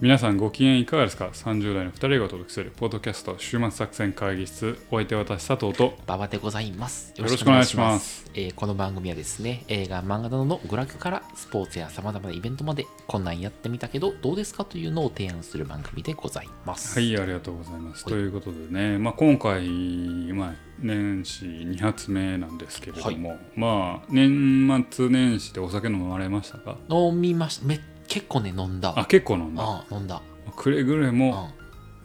皆さんご機嫌いかがですか ?30 代の2人がお届けするポッドキャスト週末作戦会議室お相手は私佐藤と馬場でございます。。よろしくお願いしますえーこの番組はですね、映画、漫画などの娯楽からスポーツや様々なイベントまで、こんなんやってみたけど、どうですかというのを提案する番組でございます。は。いありがとうございます。ということでね、まあ、今回、まあ、年始2発目なんですけれども、まあ年末年始でお酒飲まれましたか飲みました。め結構ね、飲んだ。あ結構飲んだあ飲んだ。くれぐれうん。もはい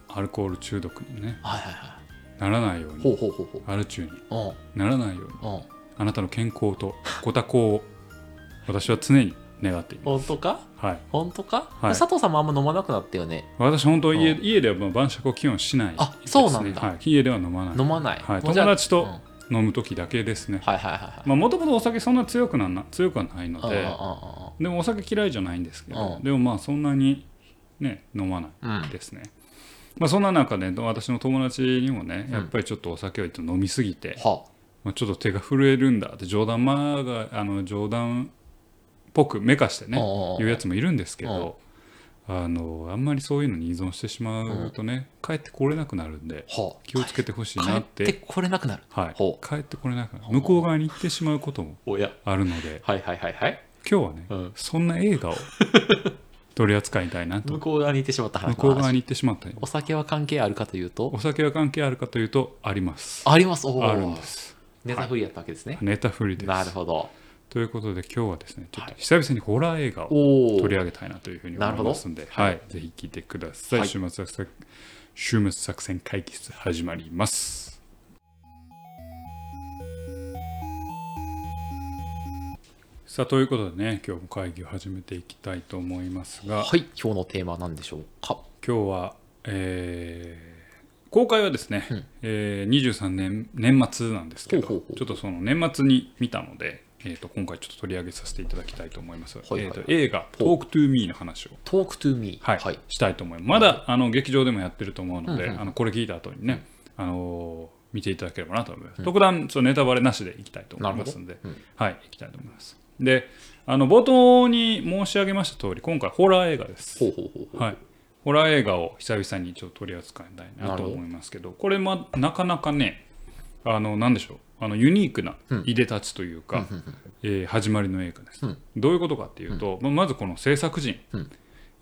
アルコール中毒にねはいはい。ならないようにほうほうほうほう。アル中にうん。ならないようにうん。あなたの健康とご多幸を私は常に願っています。本当かはい、本当か、はい佐藤さんもあんま飲まなくなったよね。私本当家うん家ではまあ晩酌を基本しないです、ね、あそうなんだはい、家では飲まない飲まない。はい、もう友じゃあ達うとんは飲む時だけですねいはいはいまあもともとお酒そんな強くなんな強くはないのはい。ででもお酒嫌いじゃないんですけどうんでもまあそんなにね飲まないうんうんうんうん。うん。ですね、まあ、そんな中ね私の友達にもねうんやっぱりちょっとお酒をいつも飲みすぎて、はまあ、ちょっと手が震えるんだって冗談まがあの冗談っぽくめかしてねうんうんうんいうやつもいるんですけどあのあんまりそういうのに依存してしまうとね帰ってこれなくなるんでは気をつけてほしい帰なっっててこれなくなる。はいほ、帰ってこれなくなる向こう側に行ってしまうこともおや。あるのではいはいはいはい。今日はね、うんそんな映 画を取り扱いたいなと向こう側に行ってしまった話向こう側に行ってしまったお酒は関係あるかというとお酒は関係あるかというとありますありますおーあるんですネタフリーやったわけですね、ネタフリですなるほどということで今日はですねちょっはとい久々にホラー映画をおお取り上げたいなというふうになる思いほどますので、はいぜひ聞いてください、はい週末作戦週末作戦会議室始まりますさあということでね今日も会議を始めていきたいと思いますがはい今日のテーマは何でしょうか今日は、えー公開はですね、うんえー23年年末なんですけどほうほうほうちょっとその年末に見たので、えー、と今回ちょっと取り上げさせていただきたいと思います、いはいはいえーと映画「トークトゥーミーの話を Talk to me はい、はいしたいと思います。まだあの劇場でもやってると思うので、うんうんうんあのこれ聞いた後にね、あのー見ていただければなと思います。特段ちょっとネタバレなしでいきたいと思いますので、なるほどはい、いきたいと思います。で、あの冒頭に申し上げました通り、今回ホラー映画ですほ。うほうほうほう、はい、ホラー映画を久々にちょっと取り扱いたいななるとほど思いますけど、これまなかなかね、あのなんでしょう。あのユニークな出でたちというか、えー始まりの映画です、うんどういうことかっていうと、まあまずこの制作陣、うん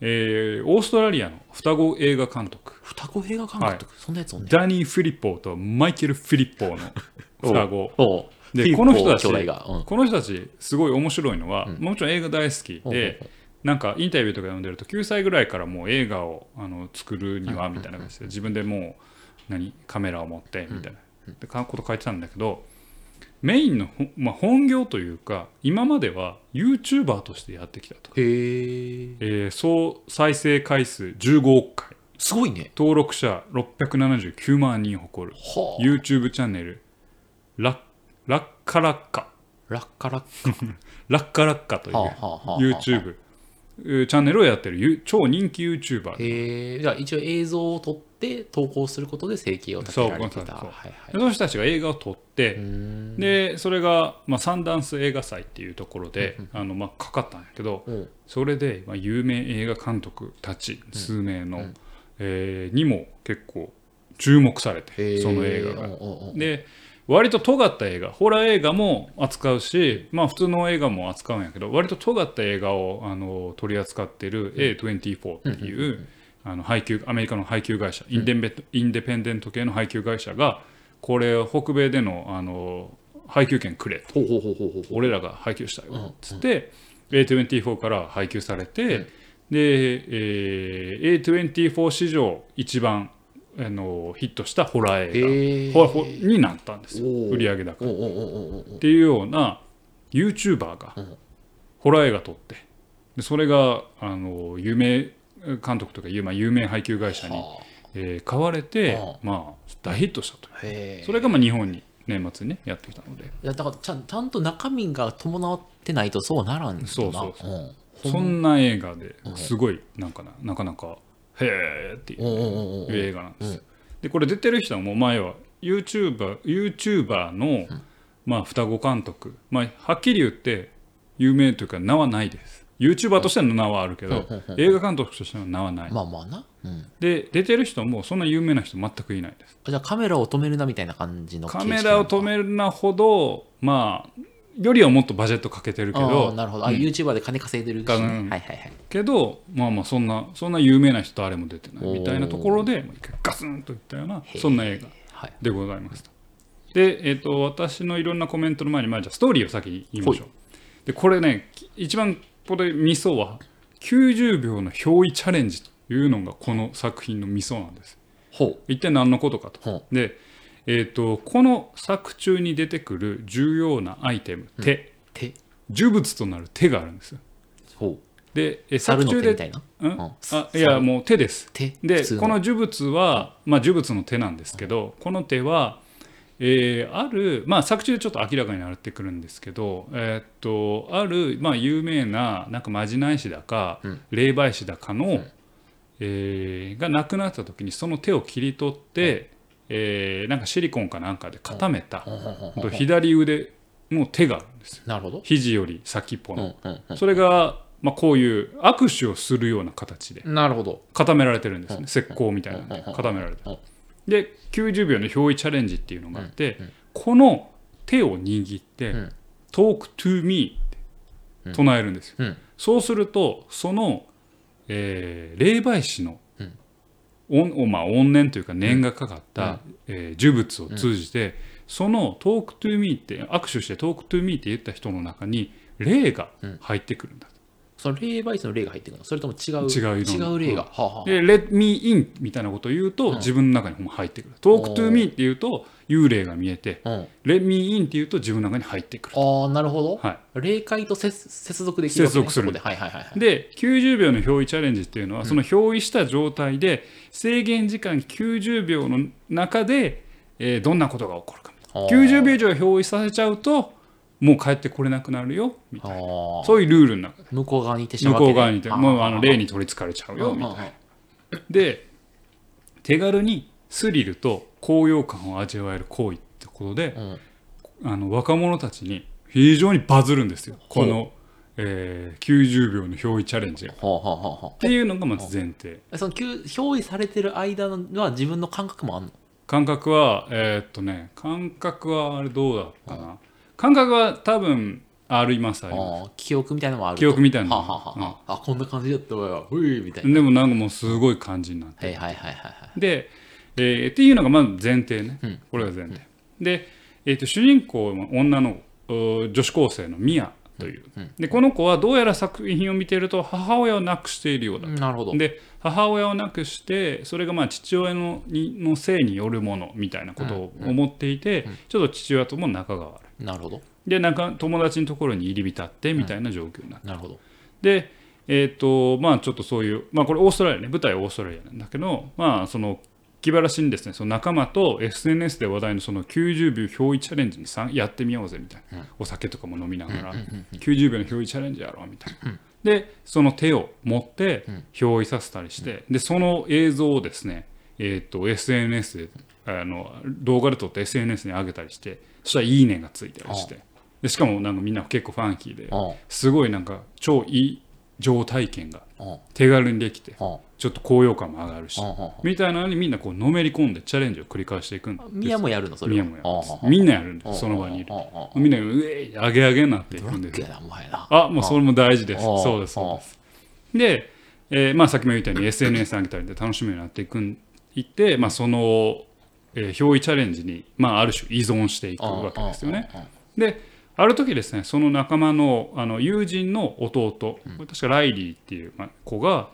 えーオーストラリアの双子映画監督双子映画監督、はいそんなやつおんねダニー・フィリッポーとマイケル・フィリッポーの双子 おうでフィリップこの人たち兄弟が、うん、この人たちすごい面白いのは、もちろん映画大好きほうほうほうで、なんかインタビューとか読んでると9歳ぐらいからもう映画をあの作るにはみたいな感じで自分でもう何カメラを持ってみたいなでかこと書いてたんだけどメインのほん、まあ、本業というか今までは YouTuber としてやってきたと、へええー総再生回数15億回すごいね登録者679万人を誇るはあ YouTube チャンネルラッラッカラッカラッカラッラッカラッカというカはあはあはあ YouTube えーチャンネルをやってるゆ超人気 YouTuber へえじゃあ一応映像を撮って投稿することで生計を立てられてそうたそうそうはいはいその人たちが映画を撮って、うーんでそれが、まあ、サンダンス映画祭っていうところで、あのまあ、かかったんやけどおうそれで、まあ、有名映画監督たち数名の、うんえーにも結構注目されへてえその映画がおうおうおうで割と尖った映画ホラー映画も扱うし、まあ、普通の映画も扱うんやけど割と尖った映画をあの取り扱ってる A24 っていうあの配給アメリカの配給会社インデンベインデペンデント系の配給会社がこれを北米でのあの配給権くれほうほうほうほうほうほう俺らが配給したようんっつって、A24 から配給されて、うんで、えー A24 史上一番あのヒットしたホラー映画、へーホラホになったんですよおー売上高おっうおうおうおうおうていうような YouTuber がうんホラー映画撮ってでそれがあの有名監督とか有まあ有名配給会社に、はえー買われては、まあ、大ヒットしたといあへうえそれがまあ日本に年末にねやってきたのでいやだからちゃんちゃんと中身が伴ってないとそうならんよなそうそうそうんほんそんな映画ですごいなんかななかなか「へーっていうおうおうおうおう映画なんですよ。でこれ出てる人はもう前は YouTuber, YouTuber の、まあ、双子監督、まあ、はっきり言って有名というか名はないです。 YouTuber としての名はあるけどうんうんうん映画監督としての名はないまあまあな。うん。で出てる人もそんな有名な人全くいないですじゃあカメラを止めるなみたいな感じのカメラを止るめるなほどまあよりはもっとバジェットかけてるけけど。あどーなるほど。あ、うん YouTuber で金稼いでるし、ね。多分はいはいはい。けどまあまあそんなそんな有名な人誰も出てないみたいなところでもう一回ガスンといったようなへーそんな映画はい。でございますとで、えー、と私のいろんなコメントの前に、まあ、じゃあストーリーを先に言いましょうでこれねき一番これミソは90秒の表意チャレンジというのがこの作品のミソなんですほ一体何のことかとう。ほで、えー、とこの作中に出てくる重要なアイテム手、う。手。呪物となる手があるんですよほう。でえ猿作の手中でみたいな。うんうんあいやもう手です手。で普通この呪物は、まあ、呪物の手なんですけどこの手は、えーある、まあ、作中でちょっと明らかになってくるんですけど、えーっとある、まあ、有名ななんかまじない師だか、うん霊媒師だかの、えーが亡くなった時にその手を切り取って、えーなんかシリコンかなんかで固めた、ほうほうほうほとう左腕の手があるんですよなるほど。肘より先っぽうんの、うんそれが、まあ、こういう握手をするような形でうん。なるほど。固められてるんですうんね石膏みたいなのでうん固められてうんで90秒の表意チャレンジっていうのがあって、この手を握ってうん「Talk to me」って唱えるんですよ、うんそうするとその、えー霊媒師の、うんおまあ、怨念というか念がかかった、えー呪物を通じて、その「Talk to me」って握手して「Talk to me」って言った人の中に霊が入ってくるんだと、その霊媒師の霊が入ってくるのそれとも違う。違う色の違霊が。はあはあ。で「Let me in」みたいなことを言うと、うん自分の中にほんま入ってくる「Talk to me」って言うと幽霊が見えてうん。 「Let me in」って言うと自分の中に入ってくる。ああ、なるほど。は霊界と接接続できるわけ、接ね。続するそこではいはいはいはい。い、で90秒の表意チャレンジっていうのは、その表意した状態で制限時間90秒の中で、えーどんなことが起こるかあー90秒以上表意させちゃうともう帰ってこれなくなるよみたいなああ。そういうルールの中向こう側にいてしま向うわこけねう側にいてあーもうあの霊に取りつかれちゃうよみたいな。で手軽にスリルと高揚感を味わえる行為ってことでうんうんうんあの若者たちに非常にバズるんですよこの、えー90秒の表意チャレンジがっほうほうほうほうていうのがまず前提えその給憑依されてる間のは自分の感覚もあんの感覚はえーっとね感覚はあれどうだったかな感覚は多分ありますありますああ記憶みたいなのもある記憶みたいなのはあはあはああこんな感じだったわよふいみたいなでもなんかもうすごい感じになってはいはいはいはいはいで、えーっていうのがまず前提ね、うんこれが前提、で、えー、と主人公の女のお女子高生のミヤという、うんでこの子はどうやら作品を見ていると母親を亡くしているようだ、うんなるほどで母親を亡くしてそれがまあ父親のにのせいによるものみたいなことを思っていて、ちょっと父親とも仲が悪なるほどいでなんか友達のところに入り浸ってみたいな状況になるなるほどでえっ、とまあちょっとそういうまあこれオーストラリアね舞台はオーストラリアなんだけどまあその気晴らしにですねその仲間と SNS で話題のその90秒表意チャレンジにさんやってみようぜみたいな、お酒とかも飲みながら、90秒の表意チャレンジやろうみたいな、でその手を持って表意させたりして、でその映像をですねえっ、と SNS であの動画で撮って SNS に上げたりしてそしたら「いいね」がついたりしてでしかもなんかみんな結構ファンキーでうんうんすごいなんか超いい状体験がうんうん手軽にできてうんちょっと高揚感も上がるしうんみたいなのにみんなこうのめり込んでチャレンジを繰り返していくんですミヤもやるのそれみはやもやるんですうんうんみんなやるんでうんすその場にいるうんうんうんみんながうえい上げ上げになっていくんうんですいやお前なあもうそれも大事ですうんそうですそうですで、えーまあさっきも言ったように SNS 上げたりで楽しみになっていくんいってまあその、えー表意チャレンジにまあある種依存していくわけですよねうんうんうんである時ですねその仲間のあの友人の弟これ確かライリーっていうまあ子が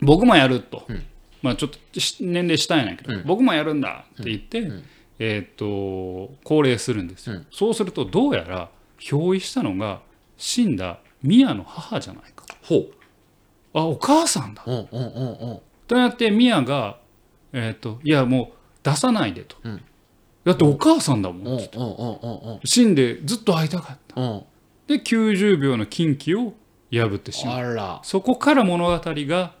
僕もやると、うんまあ、ちょっとし年齢下やないけど、うん僕もやるんだって言って、んえーっと高齢するんですよ、うんそうするとどうやら憑依したのが死んだミヤの母じゃないかほうあお母さんだうんうんうんうんとなってミヤが、えーっといやもう出さないでと、うんだってお母さんだもん、うんうんうんうんうん死んでずっと会いたかったうんで90秒の禁忌を破ってしまうあらそこから物語が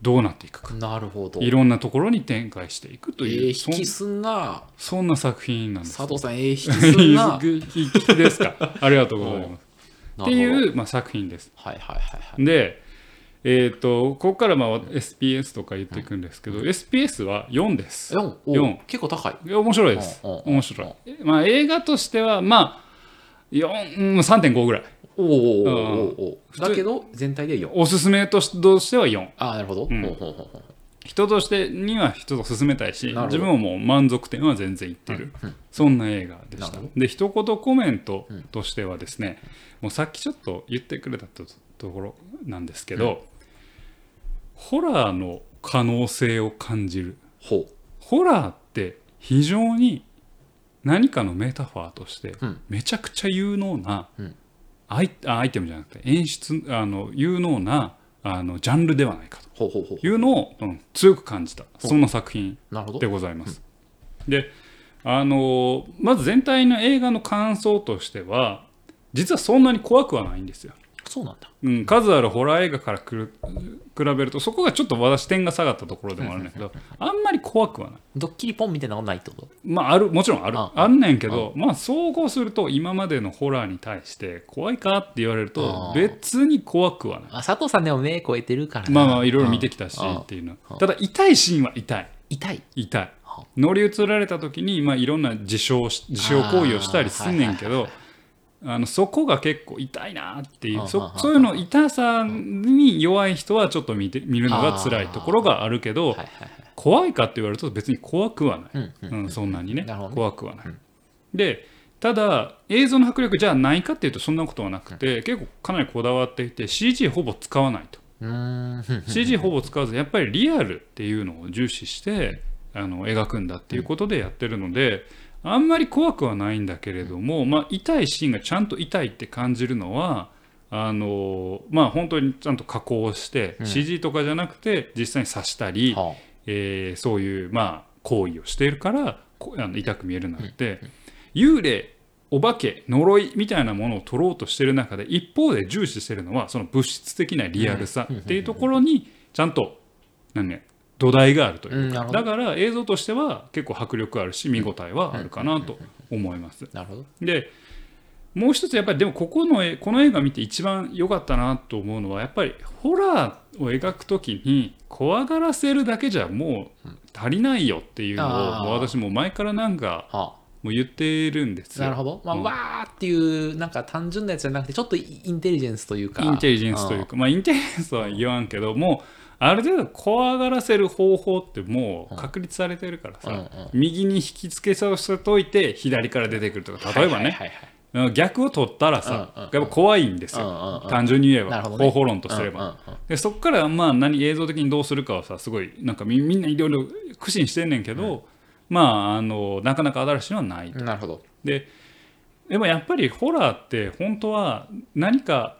どうなっていくかなるほどいろんなところに展開していくとえいう、えそ引きんすんなそんな作品なんです佐藤さんええ引きすんな いい引きですかありがとうございますなっているほどう、まあ、作品です。はいはいはいはいで、えー、とここからまあ SPS とか言っていくんですけど、SPS は4です。 4お四結構高いいや面白いです。うんうん面白い。えまあ、映画としては、まあ、4うん3.5ぐらい。おーおーおーおーお普ー通だけど全体で4おすすめとしとしては4。ああなるほど、んほうほうほうほう人としてには人と進めたいしなるほど自分はもう満足点は全然いってる、そんな映画でしなるたほどで一言コメントとしてはですね、もうさっきちょっと言ってくれたとところなんですけど、ホラーの可能性を感じるほうホラーって非常に何かのメタファーとしてうんめちゃくちゃ有能なうんアイ,、あアイテムじゃなくて演出あの有能なあのジャンルではないかと。ほうほうほういうのを、うん強く感じたそんな作品なるほでどございます。であのーまず全体の映画の感想としては実はそんなに怖くはないんですよ。そうなんだうん、数あるホラー映画からくる比べるとそこがちょっと私点が下がったところでもあるんだけどあんまり怖くはない。ドッキリポンみたいなのがないってことまあ、あるもちろんあるああんねんけどまあ総合すると今までのホラーに対して怖いかって言われるとあー別に怖くはない。あ佐藤さんでも目超えてるからなまあまあいろいろ見てきたしうんっていうのうんただ痛いシーンは痛い。痛い痛いは乗り移られた時に、まあ、いろんな自傷し自傷行為をしたりすんねんけどあのそこが結構痛いなっていうあーはそーはーそういうの痛さに弱い人はちょっと見て見るのが辛いところがあるけはいどはいはい怖いかって言われると別に怖くはない、うんうんうん、そんなにねなるほどね怖くはない。でただ映像の迫力じゃないかっていうとそんなことはなくて結構かなりこだわっていて CG ほぼ使わないと。うーんふんふん CG ほぼ使わずやっぱりリアルっていうのを重視してあの描くんだっていうことでやってるので、あんまり怖くはないんだけれども、まあ、痛いシーンがちゃんと痛いって感じるのはあのまあ本当にちゃんと加工して、うん CG とかじゃなくて実際に刺したり、はあえーそういうまあ行為をしているからこあの痛く見えるなんて、幽霊お化け呪いみたいなものを取ろうとしている中で一方で重視しているのはその物質的なリアルさっていうところにちゃんと何ね土台があるといううんなるほだどから映像としては結構迫力あるし見応えはあるかなと思います。なるほどでもう一つやっぱりでもここの絵この映画見て一番良かったなと思うのはやっぱりホラーを描くときに怖がらせるだけじゃもう足りないよっていうのをあーもう私もう前からなんかはもう言ってるんですあなよ。るほどまあうんわーっていうなんか単純なやつじゃなくてちょっとインテリジェンスというかインテリジェンスというかまあインテリジェンスは言わんけどもうある程度怖がらせる方法ってもう確立されてるからうんうさん右に引き付けさせといて左から出てくるとか例えばねはいはいはい逆を取ったらさうんうんうんやっぱ怖いんですよ。はいうんうんうん単純に言えなば、るほどね方法論とすれば、うんうんでそこからまあ何映像的にどうするかはさすごいなんかみみんないろいろ苦心してんねんけど、まああのなかなか新しいのはない、うんなるほどででもやっぱりホラーって本当は何か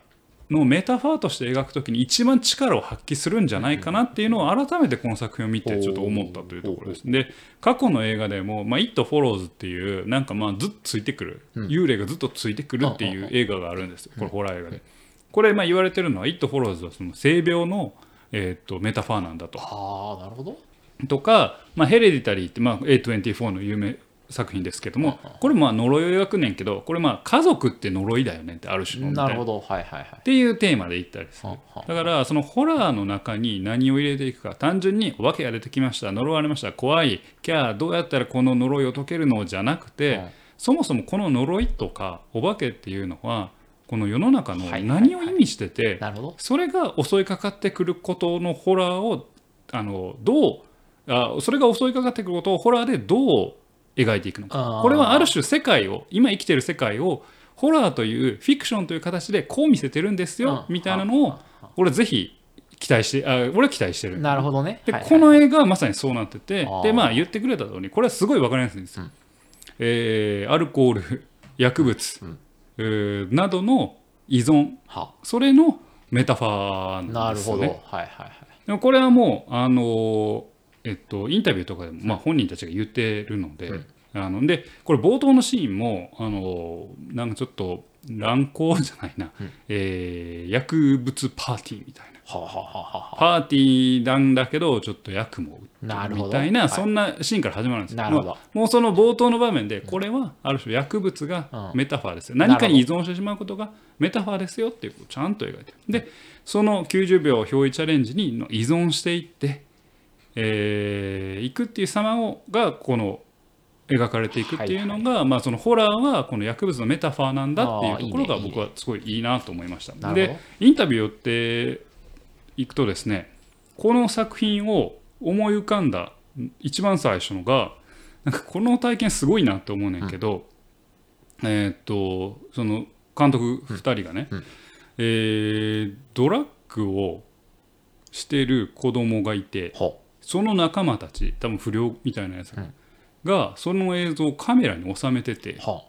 のメタファーとして描くときに一番力を発揮するんじゃないかなっていうのを改めてこの作品を見てちょっと思ったというところです。で過去の映画でも「まあ、It Follows」っていうなんかまあずっとついてくる、幽霊がずっとついてくるっていう映画があるんですよこれホラー映画で。これまあ言われてるのは「It Follows」はその性病の、えー、とメタファーなんだと。はあなるほどとか、まあ、ヘレディタリーって、まあ、A24 の有名作品ですけどもこれまあ呪いを描くねんけどこれまあ家族って呪いだよねってある種のみたいななるほどはいはいはいっていうテーマで言ったりするはあはあだからそのホラーの中に何を入れていくか単純にお化けが出てきました呪われました怖いキャーどうやったらこの呪いを解けるのじゃなくて、うんそもそもこの呪いとかお化けっていうのはこの世の中のはい何を意味してて、なるほどそれが襲いかかってくることのホラーをあのどうあそれが襲いかかってくることをホラーでどう描いていくのあかーこれはある種世界を今生きてる世界をホラーというフィクションという形でこう見せてるんですようんみたいなのを俺ぜひ期待してあ俺は期待してるなるほどねではいはいこの映画はまさにそうなっててあーでまあ言ってくれた通りこれはすごい分かりやすいんですよ。えーアルコール薬物、えーなどの依存はそれのメタファーあななんるですほよどはいね。はいはいでもこれはもうあのーえっとインタビューとかでもまあ本人たちが言ってるので、あのでこれ冒頭のシーンもあのーなんかちょっと乱行じゃないな、えー薬物パーティーみたいな。はあはあはあはあパーティーなんだけどちょっと役も打なっるてほどるみたいなはいそんなシーンから始まるんですよなるほどまあもうその冒頭の場面でこれはある種薬物がうんメタファーですよなる何ほどかに依存してしまうことがメタファーですよっていうことをちゃんと描いてでその90秒表意チャレンジにの依存していってえーいくっていう様をがこの描かれていくっていうのが、まあ、そのホラーはこの薬物のメタファーなんだっていうところあがーいいね僕はすごいいいなと思いました。なるほどでインタビューを追っていくとですねこの作品を思い浮かんだ一番最初のがなんかこの体験すごいなって思うねんけど、えーっとその監督2人がね、うんうんえードラッグをしてる子供がいて、ほその仲間たち多分不良みたいなやつうんが、その映像をカメラに収めててうほ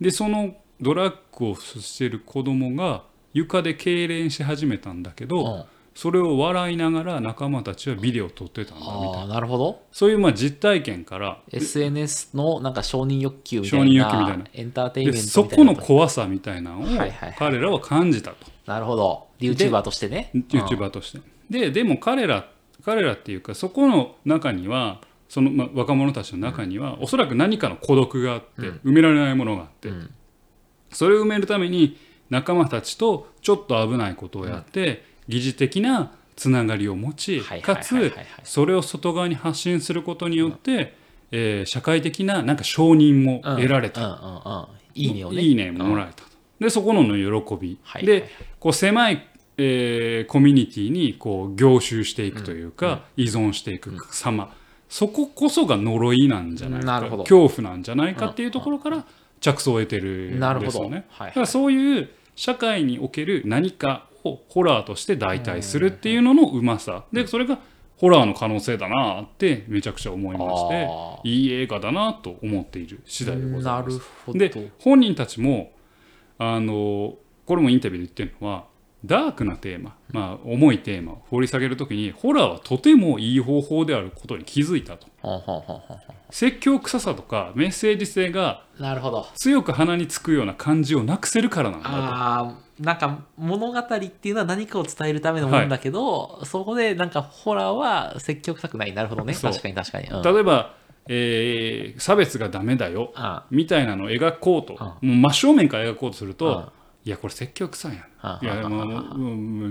でそのドラッグをしてる子供が床で痙攣し始めたんだけうど、うんそれを笑いながら仲間たちはビデオを撮ってたんだみたいなああなるほどそういうまあ実体験から SNS のなんか承認欲求みたいな承認欲求みたいなエンターテインメでントみたいなそこの怖さみたいなのをはいはいはい彼らは感じたと、なるほど YouTuber としてね YouTuber として。ででも彼ら彼らっていうかそこの中にはその、まあ、若者たちの中には、おそらく何かの孤独があって、埋められないものがあって、うんそれを埋めるために仲間たちとちょっと危ないことをやって、疑似的なつながりを持ち、はいはいかはいはいつはいそれを外側に発信することによって、えー社会的ななんか承認もうん得られたうんうんうんいいねをねいいねもらえたと、でそこのの喜び、はいはいはでこう狭い、えーコミュニティにこう凝集していくというか、依存していく様、そここそが呪いなんじゃないなかるほど恐怖なんじゃないかっていうところから着想を得てるなんるほどですよね。はいはいだからそういう社会における何かをホラーとして代替するっていうののうまさでそれがホラーの可能性だなってめちゃくちゃ思いましてあいい映画だなと思っている次第でございます。なるほどで本人たちもあのこれもインタビューで言ってるのはダークなテーマ、まあ、重いテーマを掘り下げるときにホラーはとてもいい方法であることに気づいたとほんほんほんほんほ説教臭さとかメッセージ性がんなるほど強く鼻につくような感じをなくせるからなんだあーなんか物語っていうのは何かを伝えるためのものだけど、そこでなんかホラーは積極臭くないなるほどねそう確かに確かに、うん、と例えば、えー差別がダメだよあみたいなのを描こうともう真正面から描こうとするといやこれ説教臭いやんあいやもうもう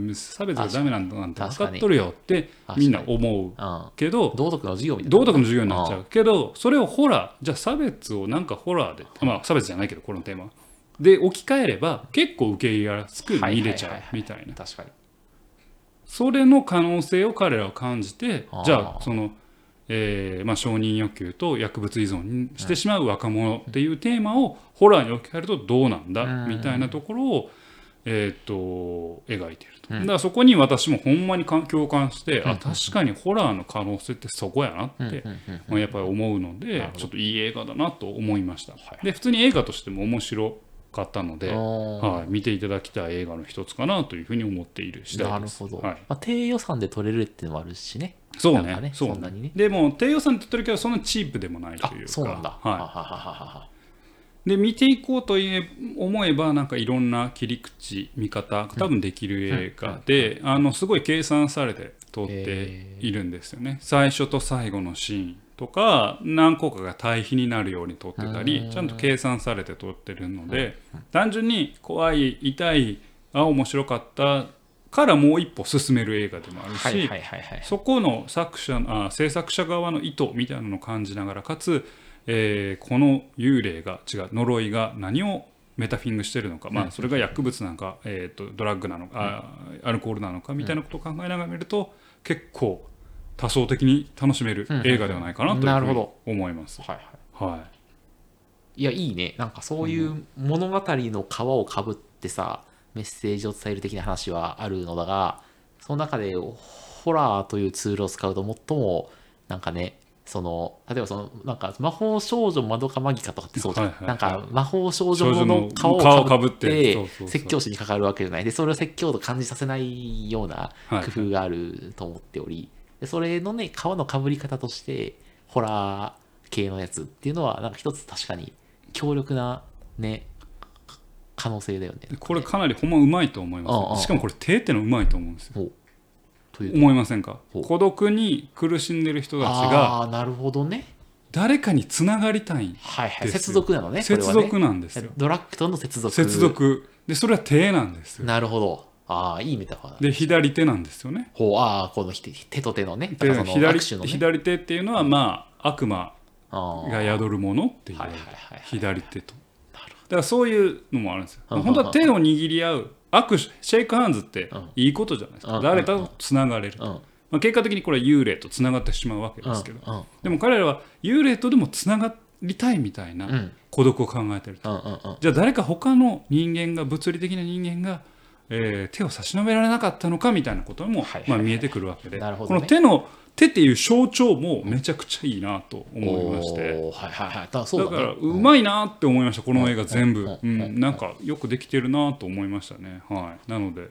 もう差別がダメなんだなんて分確かかにっとるよって確かにみんな思ううんけど道徳の授業みたいな道徳の授業になっちゃうけどそれをホラーじゃあ差別をなんかホラーでまあ差別じゃないけどこのテーマで置き換えれば結構受け入れやすく見れちゃはういはいはいはいみたいな確かにそれの可能性を彼らは感じてあーじゃあその、えーまあ、承認欲求と薬物依存にしてしまう若者っていうテーマをホラーに置き換えるとどうなんうんだみたいなところを、えーっと描いていると、うんだからそこに私もほんまに感共感して、うんあ確かにホラーの可能性ってそこやなって、うんうんうんまあ、やっぱり思うのなるでほどちょっといい映画だなと思いました、いで普通に映画としても面白かったので、おーはい、見ていただきたい映画の一つかなというふうに思っている次な第るです。ほど、はいまあ、低予算で取れるっていうのもあるしねそうなんかねね、そうそんなにねでも、低予算って言ってるけど、そんなチープでもないあというか、そうなんだ、はは、ははいで見ていこうといえ思えば、なんかいろんな切り口、見方、多分できる映画で、あのすごい計算されて撮っているんですよね、最初と最後のシーンとか、何個かが対比になるように撮ってたうんり、ちゃんと計算されて撮ってるので、単純に怖い、痛い、あ、面白かったからもう一歩進める映画でもあるし。はいはいはいはいそこの作者あ制作者側の意図みたいなのを感じながらかつ、えーこの幽霊が違う呪いが何をメタフィングしてるのか、まあ、それが薬物なのか、えー、とドラッグなのか、あアルコールなのかみたいなことを考えながら見ると、結構多層的に楽しめるうん映画ではないかなというなふうるほにど思います。はいはいはいやいいねなんかそういう物語の皮をかぶってさメッセージを伝える的な話はあるのだがその中でホラーというツールを使うと最もなんかねその例えばそのなんか魔法少女まどかマギカとかってそうじゃん、はいはいなんか魔法少女ものの皮を少女の皮をかかぶぶっっててそうそうそう説教師にかかるわけじゃないでそれを説教と感じさせないようなはい工夫があると思っており、でそれのね皮のかぶり方としてホラー系のやつっていうのはなんか一つ確かに強力なねか可能性だよねこれかなりほんまうまいと思いああああますしかもこれ手ってのうまいと思うんですよおという思いませんかほう孤独に苦しんでる人たちがああーなるほどね誰かにつながりたいはいはいですよ接続なのね接これは続なんですねよドラッグとの接続接続でそれは手なんですよなるほどああいいメタファーだで左手なんですよねほうああこのひ手と手のねだでからその左握手のね左手っていうのはまあ悪魔ああが宿るものっていうはいはいはいはい左手とだなるからそういうのもあるんですようんうんうん本当は手を握り合う握手シェイクハンズってうんいいことじゃないですうんうかんうん誰かとつながれるうんまあ結果的にこれは幽霊とつながってしまうわけですけどうんうんでも彼らは幽霊とでもつながりたいみたいうんうなん孤独を考えてるうんうんじゃあ誰か他の人間が物理的な人間が、えー手を差し伸べられなかったのかみたいなことも、はいはいまはいあ、見えてくるわけで、なるほこどねの手の手っていう象徴もめちゃくちゃいいなと思いまして。おーはいはいはいだからそうだだ,、ね、からうまいなって思いました、この映画全部、うんううんん、なんかよくできてるなと思いましたね、はい、なので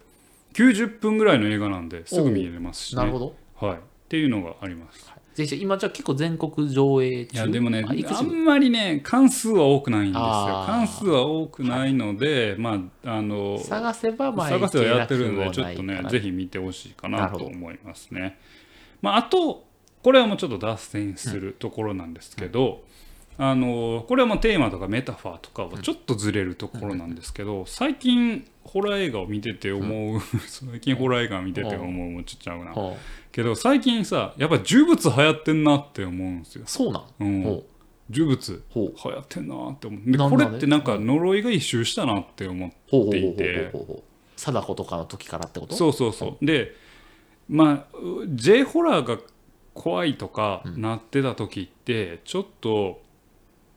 90分ぐらいの映画なんですぐ見れますし、ねなるほどはい、っていうのがありますぜひ今じゃあ結構全国上映い中やでもね、あいくつあんまりね、関数は多くないんですよ。あー関数は多くないので、まあ、あの、探せばまあ探せはやってるので、一ち見ょっ落と語なねいか、なぜひ見てほしいかななるほとど思いますね。まあ、あと、これはもうちょっと脱線するところなんですけど、あのこれはもうテーマとかメタファーとかはちょっとずれるところなんですけど、最近ホラー映画を見てて思う、 最近ホラー映画見てて思う、もうちっちゃうな、ほうけど最近さやっぱ呪物流行ってんなって思うんですよ、そうなんうん、ほう呪物ほう流行ってんなって思うでなんこでれってなんか呪いが一周したなって思ってほうほうほうっていてほうほうほう貞子とかの時からってことそうそうそうでまあう J ホラーが怖いとかなってた時ってちょっと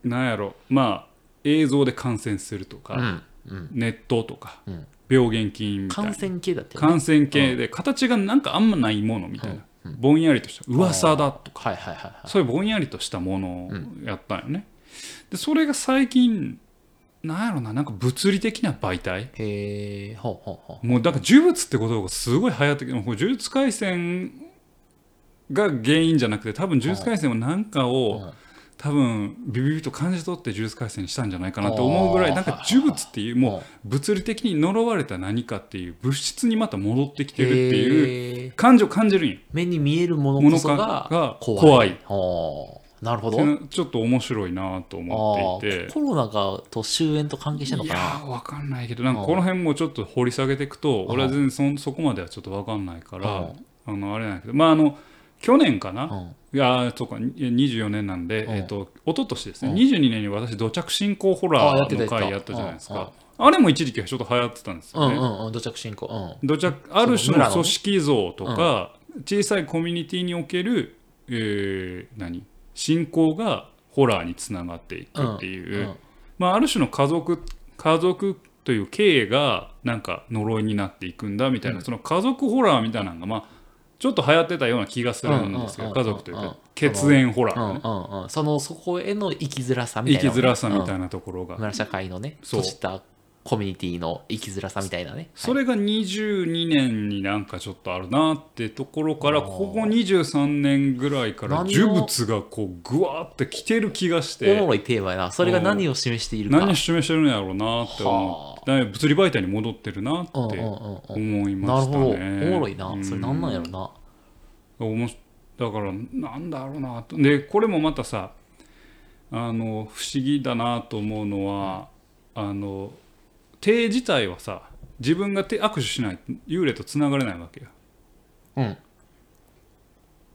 なんやろまあ映像で感染するとうか、んうんネットとか、うん病原菌みたいな感染系だって感染系で形がなんかあんまないものみたいな、ぼんやりとした噂だとかはいはいはいはいそういうぼんやりとしたものをやったんよね。でそれが最近なんやろななんか物理的な媒体へえほうほうほうもうなんか呪物ってことがすごい流行ってきてもう呪術廻戦が原因じゃなくて多分呪術廻戦もなんかはをい多分ビビビと感じ取って呪術廻戦にしたんじゃないかなと思うぐらあいーなんか呪物っていうもう物理的に呪われた何かっていう物質にまた戻ってきてるっていういう感情を感じるんよ。目に見えるものこそがものが怖い怖いほうなるほっどていうのはちょっと面白いなと思あっていてー。コロナがと終焉と関係してんのいかやなーわかんないけどなんうかんこの辺もちょっと掘り下げていくとうん俺は全然そんそこまではちょっとわかんないからあのあれなんやけどまああの去年かうなんいやーそうか24年なんでうんえっと一昨年ですねうん22年に私土着信仰ホラあやってーたのやって回やったじたゃないですかあれも一時期はちょっと流行ってたんですうよんうねんうん土着進行うん土着ある種村ののね組織像とか小さいコミュニティにおけるえー何信仰がホラーにつながっていくっていううんまあ、ある種の家族家族という経営がなんか呪いになっていくんだみたいな、うんその家族ホラーみたいなのが、まあ、ちょっと流行ってたような気がするんですけど、うんうん家族というか血縁ホラうんー、ねうんうんそのそこへの生きづらさみたい生なきづらさみいたいなところが、村社会のねそう閉じたコミュニティの生きづらさみたいなねそれが22年になんかちょっとあるなってところから、ここ23年ぐらいから何の呪物がこうぐわーってきてる気がしおもてろいテーマやなそれが何を示しているか何を示してるんやろうなって思ってだから物理媒体に戻ってるなってうんうんうんうん思いなまるしほたどおね。もろいなそれ何なんやうろなおもしだからなんだろうなとでこれもまたさあの不思議だなと思うのは、あの手自体はさ自分が手握手しないと幽霊とつながれないわけようん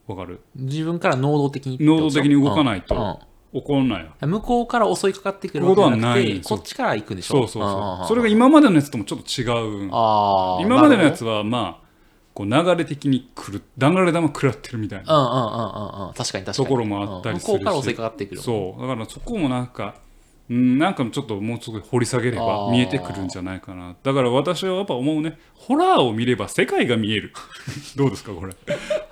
わかる自分から能動的に能動的に動かないとうんうん怒んないわ向こうから襲いかかってくるわけじゃなくことはなていこっちから行くんでしそょうそうそうそれれが今までのやつともちょっと違うあー今までのやなるつはまあこう流れ的にくる流れ玉食らってるみたいなほどうんうんうんうんうん確かに確かとにころもあったりするしうん向こうから襲いかかってくるうそうだからそこもなんかうんなんかちょっともうすごい掘り下げれあばー見えてくるんじゃないかなだから私はやっぱ思うねホラーを見れば世界が見える どうですかこれ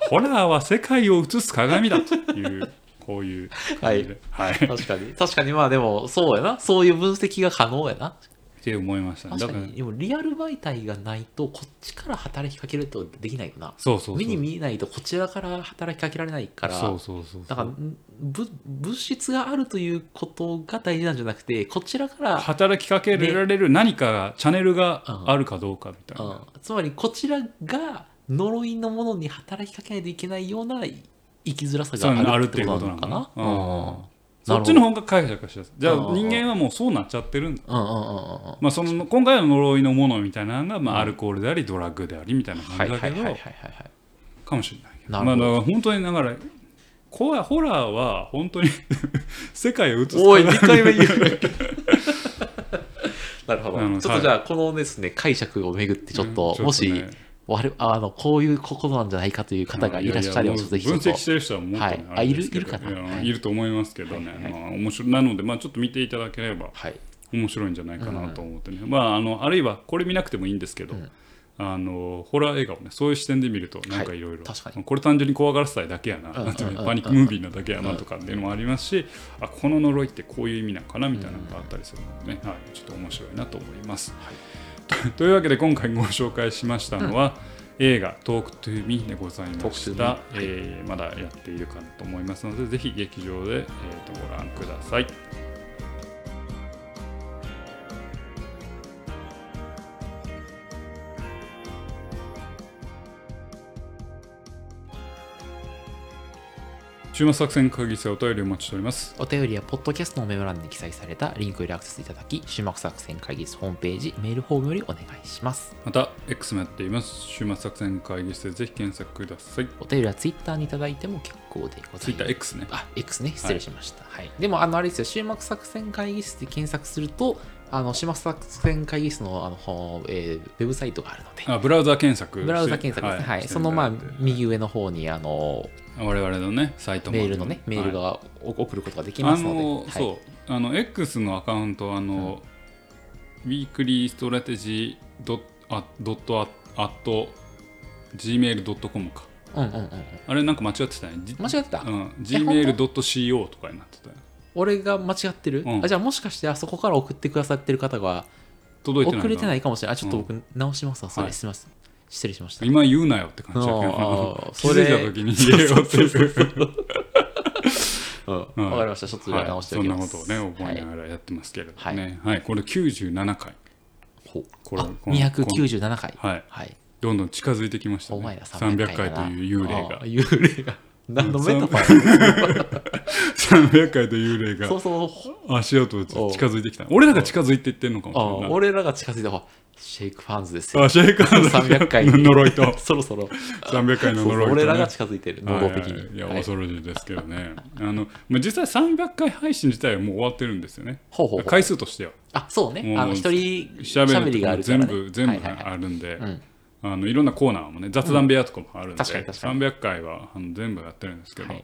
ホラーは世界を映す鏡だと いうこういう感じで、はいっ確かに確かにまあでもそうやなそういう分析が可能やなて思いましたねだか確からにでもリアル媒体がないとこっちから働きかけるってことできないよなそうそうそう目に見えないとこちらから働きかけられないからそうそうそうだからんぶ物質があるということが大事なんじゃなくてこちらから働きかけられる何かがチャンネルがあるかどうかみたいうな、ん、つまりこちらが呪いのものに働きかけないといけないような生きづらさそういうのがああるるっってていうこことなとなののかかなな。そっちの方が解釈しやすいじゃあうんうんうん人間はもうそうなっちゃってるんだうんうんうんうん。まあ、その今回の呪いのものみたいなのが、まあ、アルコールでありドラッグでありみたいなは感いじはいだはけいはいはいどはい。かもしれないけどなるまあほどだから本当にだから怖いホラーは本当に 世界を映すおい、2回目言う。 なるほあのど。ちょっとじゃあ、このですね、解釈をめぐって、ちょっと、うんもちょっとしね、我々あの、こういうことなんじゃないかという方がいらっしゃれば、ちょっとぜひち分ょっと析してる人はもっとね、はいあいるいるかないやはいいると思いますけどね、はいはいまあ、面白いなので、まあ、ちょっと見ていただければはい。面白いんじゃないかなと思ってね、まあ、あのあるいはこれ見なくてもいいんですけど、うんあのホラー映画をねそういう視点で見るとなんかいろいろ確かにこれ単純に怖がらせたいだけやなうんうんなんていううんのうんパニックムービーなだけやなとかっていうのもありますしあこの呪いってこういう意味なのかなみたいなのがあったりするのでね、はい、ちょっと面白いなと思います。とというわけで今回ご紹介しましたのは、映画「トークトゥーミー」でございまし Talk た to、えーまだやっているかなと思いますのでぜひ劇場で、えー、とご覧ください。週末作戦会議室へお便りお待ちしております。お便りは、ポッドキャストのメモ欄に記載されたリンクよりアクセスいただき、終幕作戦会議室ホームページ、メールフォームよりお願いします。また X もやっています。週末作戦会議室でぜひ検索ください。お便りは、ツイッターにいただいても結構でございます。 TwitterX ね。あ、X ね、失礼しました。はい。でも、あの、あれですよ、終幕作戦会議室で検索すると、あの、終幕作戦会議室の、あの、ほえーウェブサイトがあるので、あブラウザ検索ブラウザ検索ですね。はい。その、まあしていただい、て右上の方に、あの、我々のね、サイトもメールのね、メールはいがお送ることができあますので、の、はい。そう、あの、X のアカウント、あの、ウィークリーストラテジードッあドットアット gmail.com か。うんうんうんうん。あれなんか間違ってたね。じ間違ってた、うん、gmail.co とかになってたね俺が間違ってる、うんあじゃあ、もしかして、あそこから送ってくださってる方が、届いてない送れてないいかもしれない。あ、ちょっと僕、直しますわ。そはれ、いすみません。失礼しました。今言うなよって感じだけあどー、気そづれいた時に言えよっていう。そうそうそううんわ、うんかりました。ちょっとじゃあ直しておはい、きそんまなす。ことをね覚えなはいがらやってますけれどはいね、はいこれ97回ほうこれあこの297回。はいはい。どんどん近づいてきましたおね前ら300 300回回とだないう幽霊があ幽霊が。何のメタファ300回という幽霊ーそがうそう。足音を近づいてきた俺らが近づいていってんのかあもしれない俺らが近づいた方、シェイクファンズですよ。あシェイカー300回 の呪いと そろそろ。 300回のそう呪いそと、うね、俺らが近づいてる、能動的はいはいに。いやはい恐ろしいですけどねあのまあ実際300回配信自体はもう終わってるんですよねほうほうほう。回数としてはあ、そうね。あもの、う一人しゃべるりとがあかるもからね全部全は部いはいはいあるんで、うんあのいろんなコーナーもね雑談部屋とかもあるんで、確かに確かに300回はあの全部やってるんですけど、はい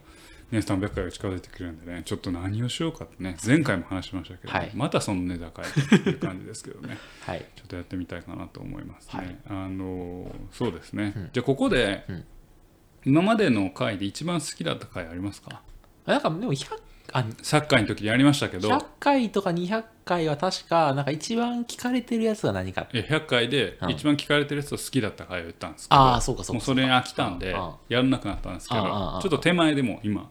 ね、300回が近づいてくるんでねちょっと何をしようかってね前回も話しましたけど、はいまたそのネタかいっていう感じですけどね はい。ちょっとやってみたいかなと思いますね。はいあのそうですね、んじゃあここで、ん今までの回で一番好きだった回ありますかなんか、でも100、あ、サッカーの時でやりましたけど100回とか200回は確か、なんか一番聞かれてるやつが何かって。え100回でうん一番聞かれてるやつを好きだった回を言ったんですけど、ああ、そうかそうもうかそうか。れに飽きたんでうんやらなくなったんですけどうちんうんょっと手前でもう今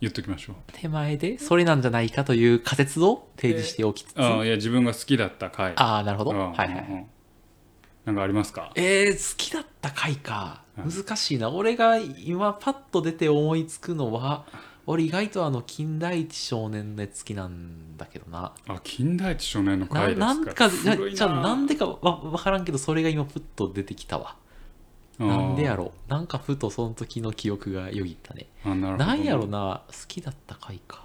言っときましょう手前で、それなんじゃないかという仮説を提示しておきつつ。あーいや自分が好きだった回ああ、なるほど。うんうんうんはいはい。なんかありますかえー、好きだった回か。うん難しいな。俺が今パッと出て思いつくのは、俺意外とあの、金田一少年のやつ好きなんだけどな。あ近代一少年のな回ですかなんか、じゃ古いじゃあなんでかわわからんけど、それが今プッと出てきたわ。あーなんでやろう。なんかふとその時の記憶がよぎったね。あなるほどなんやろな、好きだった回か。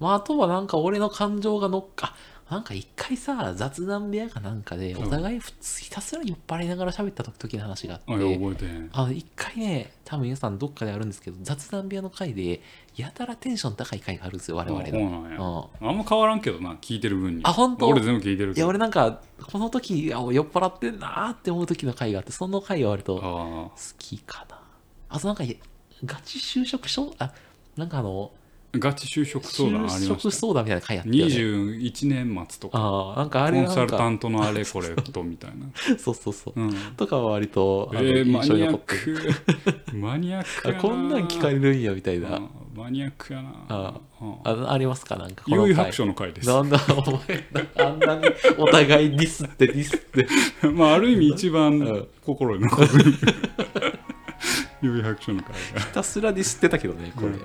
まあ、あとはなんか俺の感情が乗っか、あなんか一回さ、雑談部屋かなんかで、うんお互いふつひたすら酔っ払いながら喋った時の話がああっいやて、覚えてへんあの一回ね、多分皆さんどっかであるんですけど、雑談部屋の回で、やたらテンション高い回があるんですよ、我々あそうが。なんやうんあんま変わらんけどな聞いてる分にあ本当俺全部聞いてるいけやど俺なんかこの時いや酔っ払ってんなーって思う時の回があってその回は割と好あきかなあとなんかガチ就職しょあなんかあのーガチ就職相談あり就ま職した相談みたいな回あったよね21年末とかああなんかあコれンなサんルタかントのあれこれとみたいなそうそうそう、うんとかは割とあのえー、マ印象にニア残ッってるクマニアックあやなこんなん聞かれるんやみたいな、うんマニアックやなあうんあありますかなんかこの優回位白書の回です なんだお前あんなにお互いディスってディスってまあある意味一う番ん心に残る指白書の会がひたすらディスってたけどねこれ、うん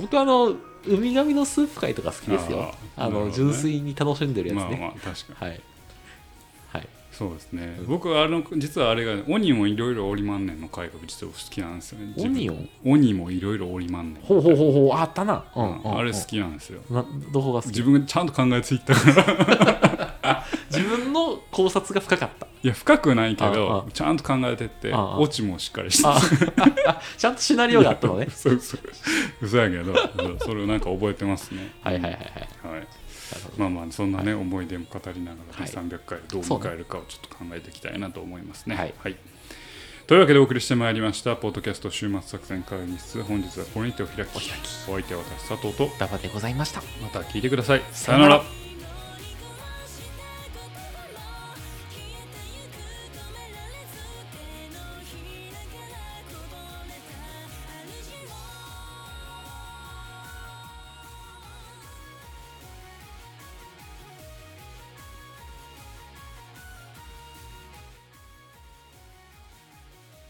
僕あのウミガメのスープ会とか好きですよあーなあるほどの、ね純粋に楽しんでるやつまあまね、あ確かにはいはいそうですね、うん僕あの実はあれがねオニもいろいろオリマンネンの回が実は好きなんですよねオニオンオニもいろいろオリマンネンほうほうほうほうあったな、うんうんうん、あれ好きなんですよなどこが好き自分がちゃんと考えついたから自分の考察が深かったいや深くないけあどちゃんと考えてってああオチもしっかりしてあ ちゃんとシナリオがあったのね そうそう嘘やけどそうそれをなんか覚えてますねはいはいはいはいはいなるほどまあまあそんなね、思い出も語りながら、はい300回をどう迎えるかをちょっと考えていきたいなと思いますね。はいというわけでお送りしてまいりました「ポッドキャスト週末作戦会議室」本日はこれにてお開きお相手は私佐藤とダバでございましたまた聞いてください。さよなら。